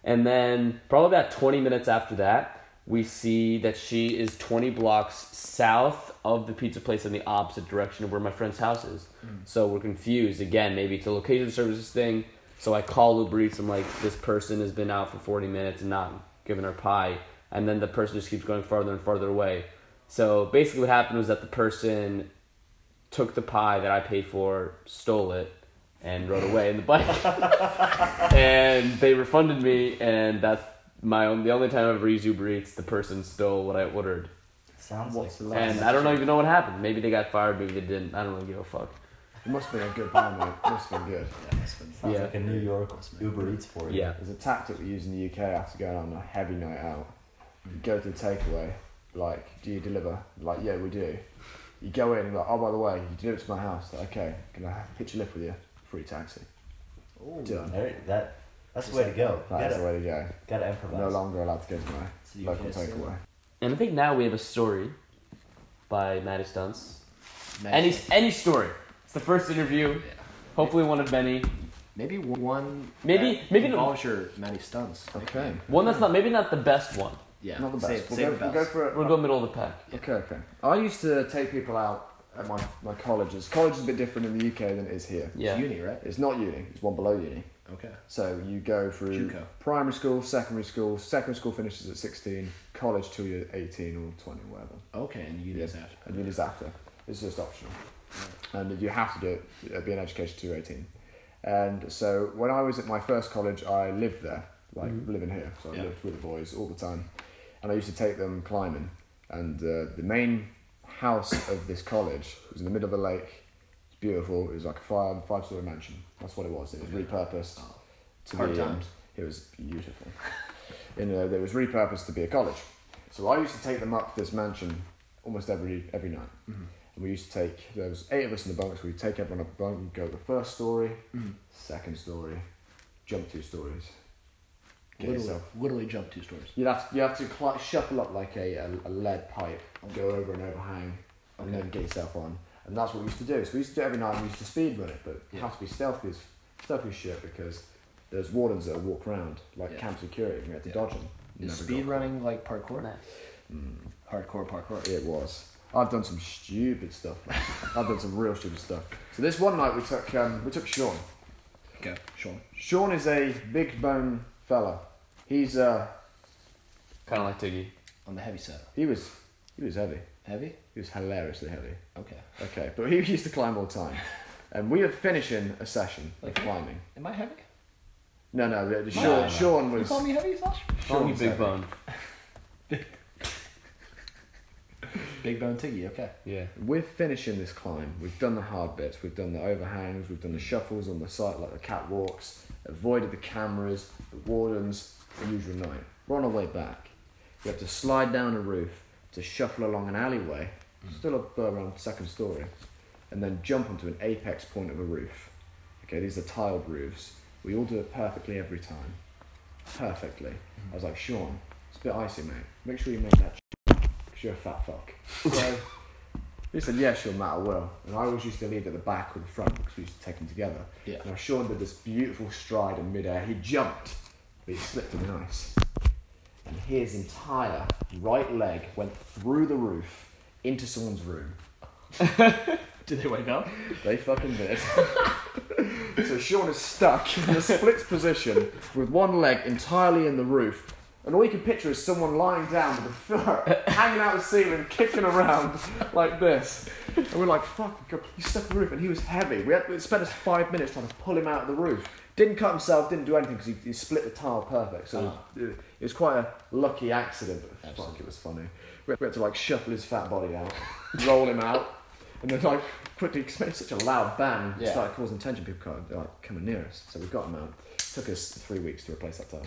Speaker 2: And then probably about 20 minutes after that, we see that she is 20 blocks south of the pizza place in the opposite direction of where my friend's house is. So we're confused. Again, maybe it's a location services thing. So I call Uber Eats. I'm like, this person has been out for 40 minutes and not given her pie. And then the person just keeps going farther and farther away. So basically, what happened was that the person took the pie that I paid for, stole it, and rode away in the bike. and they refunded me, and that's my own, the only time I've ever used Uber Eats. The person stole what I ordered,
Speaker 6: Sounds like
Speaker 2: and I don't know, even know what happened. Maybe they got fired, maybe they didn't. I don't really give a fuck.
Speaker 3: It must have been a good pie, mate. It must have been good.
Speaker 6: sounds
Speaker 2: yeah.
Speaker 6: like a New York Uber Eats for you.
Speaker 2: Yeah,
Speaker 3: There's a tactic we use in the UK after going on a heavy night out. You go to the takeaway, like, do you deliver? Like, yeah, we do. You go in, like, oh, by the way, you deliver to my house. Like, okay, can I pitch a lift with you? Free taxi.
Speaker 6: Ooh,
Speaker 3: Done.
Speaker 6: there, that that's the way to go. You
Speaker 3: That's
Speaker 6: gotta,
Speaker 3: the way to go.
Speaker 6: gotta
Speaker 3: I'm
Speaker 6: improvise.
Speaker 3: no longer allowed to go to my
Speaker 6: So you
Speaker 3: local
Speaker 6: can't say
Speaker 3: takeaway.
Speaker 2: and I think now we have a story by Maddie Stunts. Any any story. It's the first interview. Hopefully, one of many.
Speaker 1: Maybe one.
Speaker 2: Maybe-
Speaker 1: that
Speaker 2: maybe the-
Speaker 1: involves your many stunts.
Speaker 3: Okay.
Speaker 2: One that's not maybe not the best one.
Speaker 1: Yeah,
Speaker 3: Not the best.
Speaker 1: Save,
Speaker 3: we'll,
Speaker 1: save
Speaker 3: go,
Speaker 1: the
Speaker 3: we'll
Speaker 1: best.
Speaker 3: go for it.
Speaker 2: We'll go middle of the pack.
Speaker 3: Okay, okay. I used to take people out at my, my colleges. College is a bit different in the UK than it is here.
Speaker 2: Yeah.
Speaker 1: Uni, right?
Speaker 3: It's not uni, it's one below uni.
Speaker 1: Okay.
Speaker 3: So you go through
Speaker 1: Juco.
Speaker 3: primary school, secondary school, secondary school finishes at 16, college till you're 18 or 20 or whatever.
Speaker 1: Okay, and uni is after.
Speaker 3: And it is after. It's just optional. And you have to do it, uh, be in education till you're 18. And so when I was at my first college, I lived there, like living here. So I
Speaker 1: Mm-hmm. Yeah.
Speaker 3: lived with the boys all the time. And I used to take them climbing. And uh, the main house of this college was in the middle of a lake. It's beautiful. It was like a five, five story mansion. That's what it was. It was repurposed to
Speaker 1: Oh. Hard
Speaker 3: be. um,
Speaker 1: times.
Speaker 3: it was beautiful. you know, it was repurposed to be a college. So I used to take them up to this mansion almost every every night. And we used to take there was eight of us in the bunks. We'd take everyone up the bunk and go to the first story, second story, jump two stories. Get
Speaker 1: Literally,
Speaker 3: yourself.
Speaker 1: literally jump two stories.
Speaker 3: You'd have to, you have to cl- shuffle up like a, um, a, a lead pipe, go over an overhang, and then get yourself on. And that's what we used to do. So we used to do it every night. We used to speed run it, but it had to be stealthy as stealthy as shit because there's wardens that walk around like
Speaker 1: Yeah.
Speaker 3: camp security. and We had to
Speaker 1: Yeah.
Speaker 3: dodge them.
Speaker 1: Is
Speaker 3: Never
Speaker 1: speed
Speaker 3: got-
Speaker 1: running like parkour?
Speaker 2: Nice.
Speaker 1: Hardcore parkour.
Speaker 3: It was. I've done some stupid stuff. man. I've done some real stupid stuff. So this one night we took um, we took Sean.
Speaker 1: Okay, Sean.
Speaker 3: Sean is a big bone fella. He's uh
Speaker 2: Kind of like Tiggy.
Speaker 1: On the heavy side.
Speaker 3: he was he was heavy.
Speaker 1: Heavy?
Speaker 3: He was hilariously heavy.
Speaker 1: Okay.
Speaker 3: Okay, but he used to climb all the time. And we were finishing a session of
Speaker 1: Okay.
Speaker 3: climbing.
Speaker 1: Am I heavy?
Speaker 3: No, no, the- the Sean,
Speaker 1: no, no.
Speaker 3: Sean
Speaker 1: You
Speaker 3: was.
Speaker 1: call me heavy, Slash?
Speaker 2: Call me
Speaker 3: Sean's
Speaker 2: Big
Speaker 3: heavy.
Speaker 2: Bone.
Speaker 1: Big Bone Tiggy, okay.
Speaker 2: Yeah.
Speaker 3: We're finishing this climb. We've done the hard bits. We've done the overhangs. We've done the shuffles on the site, like the catwalks. Avoided the cameras, the wardens, the usual night. We're on our way back. We have to slide down a roof to shuffle along an alleyway, still up around second story, and then jump onto an apex point of a roof. Okay, these are tiled roofs. We all do it perfectly every time. Perfectly. I was like, Sean, it's a bit icy, mate. Make sure you make that because you're a fat fuck. So he said, yeah, sure, Matt, I will. And I always used to lead at the back or the front because we used to take them together.
Speaker 1: Yeah.
Speaker 3: Now, Sean did this beautiful stride in midair. He jumped, but he slipped on the ice. And his entire right leg went through the roof into someone's room.
Speaker 1: Did they wake up?
Speaker 3: They fucking did. so Sean is stuck in a split position with one leg entirely in the roof. And all you can picture is someone lying down with a foot hanging out the ceiling, kicking around like this. And we're like, fuck, God, he's stuck in the roof. And he was heavy. We, had, we spent us five minutes trying to pull him out of the roof. Didn't cut himself, didn't do anything because he, he split the tile perfect. So
Speaker 1: Ah.
Speaker 3: it, was, it was quite a lucky accident, but fuck, it was funny. We had, we had to like shuffle his fat body out, roll him out, And then like quickly made such a loud bang, it
Speaker 1: Yeah.
Speaker 3: started causing tension. People can't like coming near us, so we got him out. took us three weeks to replace that tire.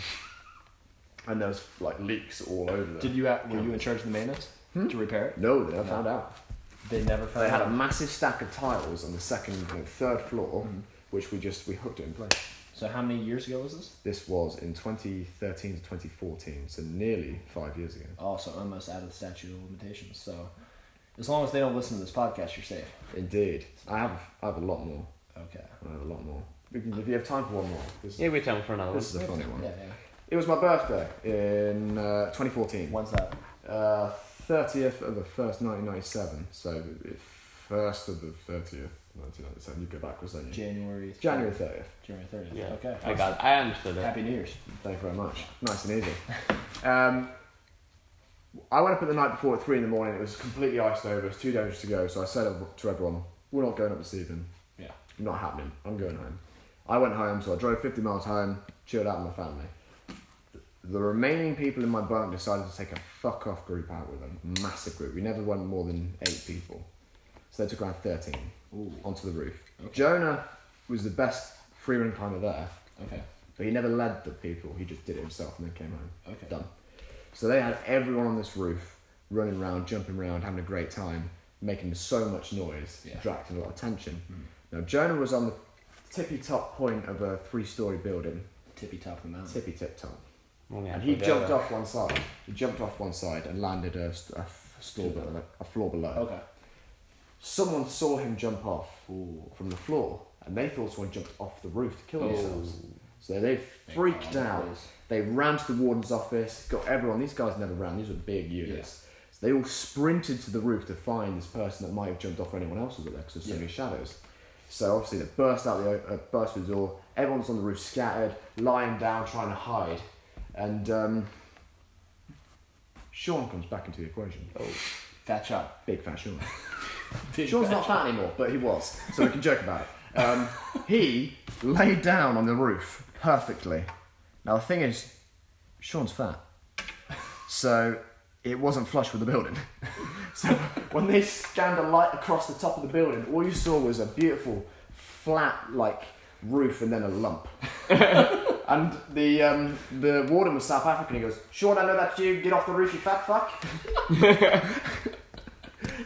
Speaker 3: And there was like leaks all over. there.
Speaker 1: Did you act, were you in charge of the maintenance to repair it?
Speaker 3: No, they never found out.
Speaker 1: They never found
Speaker 3: They had a
Speaker 1: out.
Speaker 3: massive stack of tiles on the second and third floor,
Speaker 1: Mm-hmm.
Speaker 3: which we just we hooked it in place.
Speaker 1: So how many years ago was this?
Speaker 3: This was in 2013 to 2014, so nearly five years ago.
Speaker 1: Also, Oh, almost out of the statute of limitations. So as long as they don't listen to this podcast, you're safe.
Speaker 3: Indeed, I have I have a lot more.
Speaker 1: Okay.
Speaker 3: I have a lot more. We can- If you have time for one more, this,
Speaker 2: Yeah, we have time for another one.
Speaker 3: this is a funny one.
Speaker 1: Yeah, yeah.
Speaker 3: It was my birthday in uh, 2014.
Speaker 1: When's that?
Speaker 3: Uh, 30th of the first 1997. So it- first of the 30th 1997. You go backwards, don't you?
Speaker 1: January.
Speaker 3: January 30th.
Speaker 1: January 30th.
Speaker 2: Yeah.
Speaker 1: Okay.
Speaker 2: I got. It. I understood it.
Speaker 1: Happy New Year's.
Speaker 3: Thank you very much. Nice and easy. Um, I went up at the night before at three in the morning. It was completely iced over. It was too dangerous to go. So I said to everyone, "We're not going up this evening.
Speaker 1: Yeah.
Speaker 3: Not happening. I'm going home." I went home, so I drove 50 miles home, chilled out with my family. The remaining people in my bunk decided to take a fuck off group out with them. Massive group. We never went more than eight people. So they took around 13 onto the roof. Jonah was the best free run climber there.
Speaker 1: Okay.
Speaker 3: But he never led the people, he just did it himself and then came home.
Speaker 1: Okay.
Speaker 3: Done. So they had everyone on this roof running around, jumping around, having a great time, making so much noise,
Speaker 1: Yeah. Hmm.
Speaker 3: attracting a lot of attention. Now, Jonah was on the tippy top point of a three story building,
Speaker 1: Tippy top of the mountain.
Speaker 3: tippy tip top.
Speaker 2: Only
Speaker 3: And
Speaker 2: halfway
Speaker 3: he
Speaker 2: there,
Speaker 3: jumped
Speaker 2: though.
Speaker 3: off one side. He jumped off one side and landed a, st- a f- store below, a floor below.
Speaker 1: Okay.
Speaker 3: Someone saw him jump off from the floor, and they thought someone jumped off the roof to kill themselves. So they freaked
Speaker 1: God,
Speaker 3: out.
Speaker 1: please.
Speaker 3: They ran to the warden's office, got everyone. These guys never ran; these were big units. So they all sprinted to the roof to find this person that might have jumped off, or anyone else was up there because there's so many shadows. So obviously they burst out the o- uh, burst through the door. Everyone's on the roof, scattered, lying down, trying to hide, and. Um, Sean comes back into the equation.
Speaker 1: Fat shot.
Speaker 3: Big fat Sean. Sean's not fat anymore, but he was, so we can joke about it. Um, he laid down on the roof perfectly. Now the thing is, Sean's fat, so it wasn't flush with the building. So when they scanned a light across the top of the building, all you saw was a beautiful flat like roof and then a lump. And the um, the warden was South African. He goes, Sean, I know that's you. Get off the roof, you fat fuck.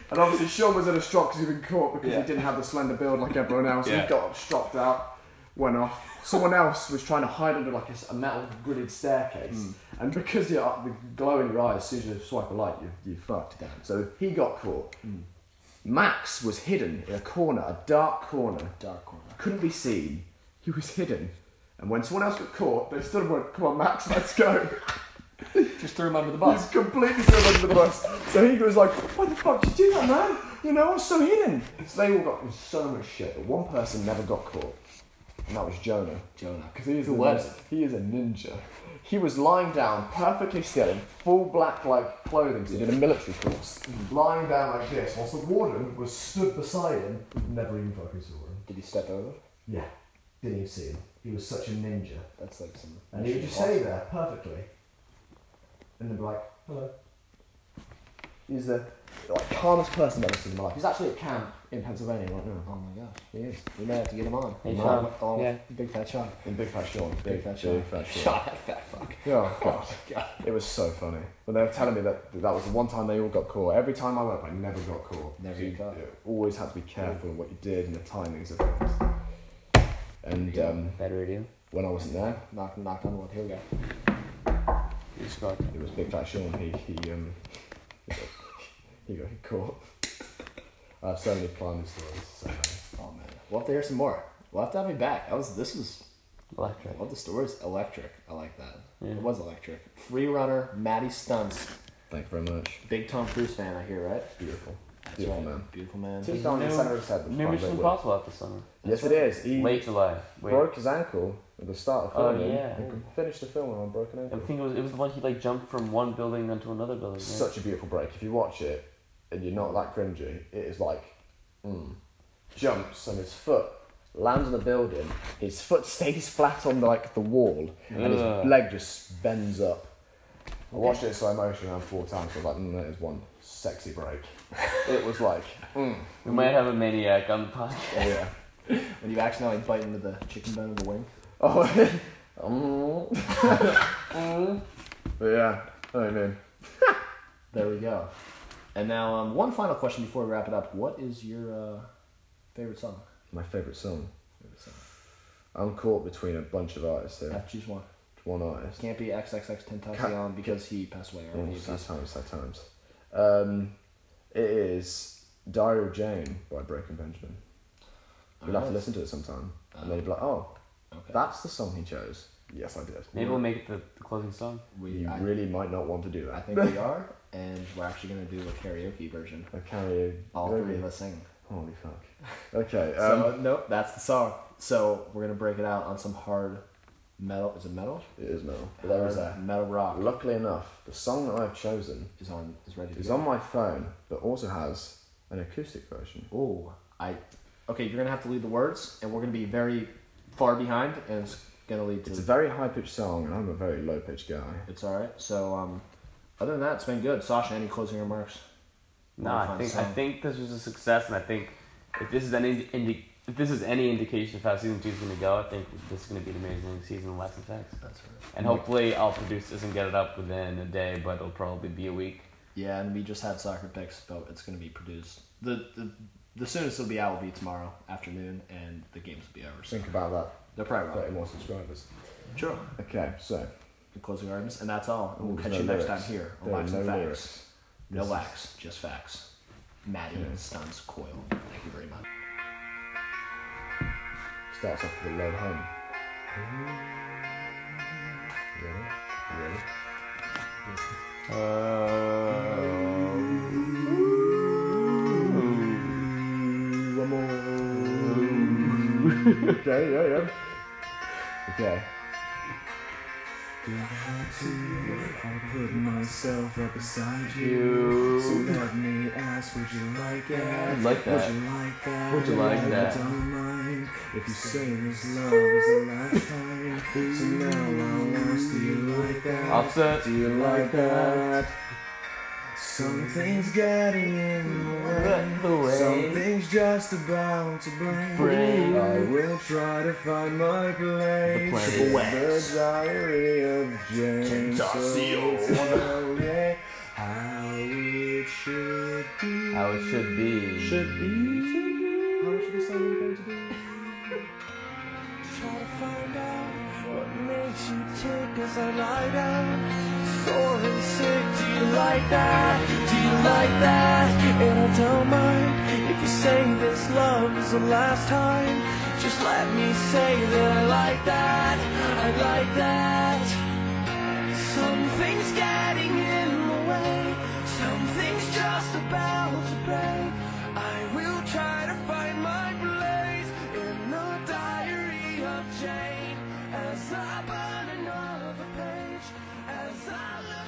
Speaker 3: and obviously, Sean was in a strop because he'd been caught because he didn't have the slender build like everyone else.
Speaker 5: Yeah.
Speaker 3: He got stropped out, went off. Someone else was trying to hide under like a, s- a metal gridded staircase. And because you the glow in your eyes, as soon as you swipe a light, you, you fucked. down. So he got caught. Max was hidden in a corner, a dark corner
Speaker 1: Dark corner.
Speaker 3: couldn't be seen. He was hidden. And when someone else got caught, they stood and went, Come on, Max, let's go.
Speaker 1: Just threw him under the
Speaker 3: He's
Speaker 1: bus.
Speaker 3: completely thrown under the bus. So he was like, Why the fuck did you do that, man? You know, I was so hidden. So they all got in so much shit, but one person never got caught. And that was Jonah.
Speaker 1: Jonah.
Speaker 3: Because he is
Speaker 1: Who
Speaker 3: a
Speaker 1: was?
Speaker 3: nin- He is a ninja. He was lying down perfectly still in full black like clothing 'cause he did a military course.
Speaker 1: Mm-hmm.
Speaker 3: Lying down like this, whilst the warden was stood beside him, never even fucking saw him.
Speaker 1: Did he step over?
Speaker 3: Yeah, didn't even see him. He was such a ninja.
Speaker 1: That's like some.
Speaker 3: And he would just stay there perfectly. And then be like, hello. He's the like, calmest person I've ever seen in my life. He's actually at camp in Pennsylvania right now.
Speaker 1: Oh my gosh. He is. We may have to get him on.
Speaker 2: Hey,
Speaker 1: We
Speaker 2: Sean.
Speaker 1: might- Oh,
Speaker 2: Yeah.
Speaker 1: Big fat shot.
Speaker 3: In Big Fat Sean.
Speaker 1: Big fat shot. Shot at fat fuck.
Speaker 3: Oh, God. It was so funny. When they were telling me that that was the one time they all got caught. Every time I went, I never got caught.
Speaker 1: Never
Speaker 3: So you,
Speaker 1: got caught.
Speaker 3: you always had to be careful of what you did and the timings of things. And um,
Speaker 2: Bad radio.
Speaker 3: when I wasn't there,
Speaker 1: Knock, knock on wood. Here we go.
Speaker 2: You scored.
Speaker 3: It was Big Fat Sean. He he um he got, he got caught. I have so many climbing stories. So many.
Speaker 1: Oh man, we'll have to hear some more. We'll have to have me back. That was this was
Speaker 2: Electric.
Speaker 1: I love the stories. Electric. I like that.
Speaker 2: Yeah.
Speaker 1: It was electric. Free runner, Maddie stunts.
Speaker 3: Thank you very much.
Speaker 1: Big Tom Cruise fan, I hear, right?
Speaker 3: Beautiful. Beautiful man.
Speaker 1: Beautiful man.
Speaker 3: Two down in the
Speaker 2: new-
Speaker 3: centre of his head. which
Speaker 2: New
Speaker 3: by the
Speaker 2: Mission
Speaker 3: way,
Speaker 2: Impossible out this summer.
Speaker 3: Yes, it is. He
Speaker 2: Late July. Wait.
Speaker 3: broke his ankle at the start of
Speaker 2: Oh,
Speaker 3: filming.
Speaker 2: yeah.
Speaker 3: And finished the film on a broken
Speaker 2: I
Speaker 3: ankle.
Speaker 2: think it was it was the one he like jumped from one building onto another building. Right?
Speaker 3: Such a beautiful break. If you watch it and you're not that cringy, it is like, mm, jumps and his foot lands on the building. His foot stays flat on like the wall, and his
Speaker 2: Ugh.
Speaker 3: leg just bends up. I watched it in slow motion around four times. I was like, mm, that is one sexy break. it was like, mm,
Speaker 2: We might have a maniac on the podcast.
Speaker 3: oh yeah.
Speaker 1: When you accidentally bite into the chicken bone of the wing.
Speaker 3: Oh, mm. Mm. but yeah, I mean,
Speaker 1: There we go. And now, um, one final question before we wrap it up. What is your uh, favorite song?
Speaker 3: my favorite song.
Speaker 1: Favorite song.
Speaker 3: I'm caught between a bunch of artists. So
Speaker 1: Choose one.
Speaker 3: one artist.
Speaker 1: Can't be XXX Tentacion because he passed away
Speaker 3: Oh,
Speaker 1: already.
Speaker 3: sad times, sad times. Um, it is Diary of Jane by Broken Benjamin. You'll have to
Speaker 1: Alright.
Speaker 3: listen to it sometime. and then you'll be like, oh,
Speaker 1: Okay.
Speaker 3: that's the song he chose. Yes, I did.
Speaker 2: Maybe we'll make it the, the closing song.
Speaker 1: we,
Speaker 3: you
Speaker 1: I,
Speaker 3: really might not want to do that.
Speaker 1: I think we are, and we're actually going to do a karaoke version.
Speaker 3: A karaoke.
Speaker 1: All three of us singing.
Speaker 3: Holy fuck. Okay. Um,
Speaker 1: So, nope, that's the song. So, we're going to break it out on some hard metal. Is it metal?
Speaker 3: it is metal. But there is
Speaker 1: Hard
Speaker 3: a.
Speaker 1: metal rock.
Speaker 3: Luckily enough, the song that I've chosen
Speaker 1: Is on. Is ready to
Speaker 3: is
Speaker 1: go.
Speaker 3: on my phone, but also has an acoustic version.
Speaker 1: Oh, I. Okay, you're gonna have to lead the words, and we're gonna be very far behind, and it's gonna lead to.
Speaker 3: It's a very high pitched song, and I'm a very low pitched guy.
Speaker 1: It's all right. So, um, other than that, it's been good. Sasha, any closing remarks?
Speaker 2: No,
Speaker 1: Wanna
Speaker 2: I
Speaker 1: find
Speaker 2: think I
Speaker 1: some?
Speaker 2: think this was a success, and I think if this is any indi- if this is any indication of how season two is going to go, I think this is going to be an amazing season of Last Effects.
Speaker 1: That's right.
Speaker 2: And hopefully, I'll produce this and get it up within a day, but it'll probably be a week.
Speaker 1: Yeah, and we just had soccer picks, but it's gonna be produced. The the, the soonest it'll be out will be tomorrow afternoon, and the games will be over. So
Speaker 3: Think about that.
Speaker 1: they're probably
Speaker 3: Thirty
Speaker 1: right.
Speaker 3: more subscribers.
Speaker 1: Sure.
Speaker 3: Okay, so
Speaker 1: The closing arguments, and that's all.
Speaker 3: Ooh,
Speaker 1: we'll catch
Speaker 3: no
Speaker 1: you next
Speaker 3: lyrics.
Speaker 1: time here on
Speaker 3: There are
Speaker 1: Lacks and
Speaker 3: no
Speaker 1: Facts.
Speaker 3: lyrics.
Speaker 1: No
Speaker 3: This is-
Speaker 1: lacks, just facts. Maddie and stunts coil. Thank you very much.
Speaker 3: starts off with a low hum. Really? Really? okay, yeah, yeah. Okay.
Speaker 8: I put myself right beside you. So let me ask, would you like that?
Speaker 2: I'd like that.
Speaker 8: Would you like that?
Speaker 2: Would you like that?
Speaker 8: I don't mind if you say this love is the last time. so now I'll ask, do you like that?
Speaker 2: Offset.
Speaker 8: Do you like that? Something's getting in the way.
Speaker 2: The way.
Speaker 8: Something's just about to break.
Speaker 2: Break.
Speaker 8: I will try to find my place.
Speaker 2: place.
Speaker 8: in The diary of James. So yeah, how it should be.
Speaker 2: How it should be.
Speaker 8: Should be. Should be. How should be something you're going to be. Try to find out what makes you tick as I lie down. Sore and sick, do you like that? Do you like that? And I don't mind if you say this love is the last time. Just let me say that I like that. I like that. Something's getting in the way. Something's just about to break. I will try to find my place in the diary of Jane as I burn another page. As I look.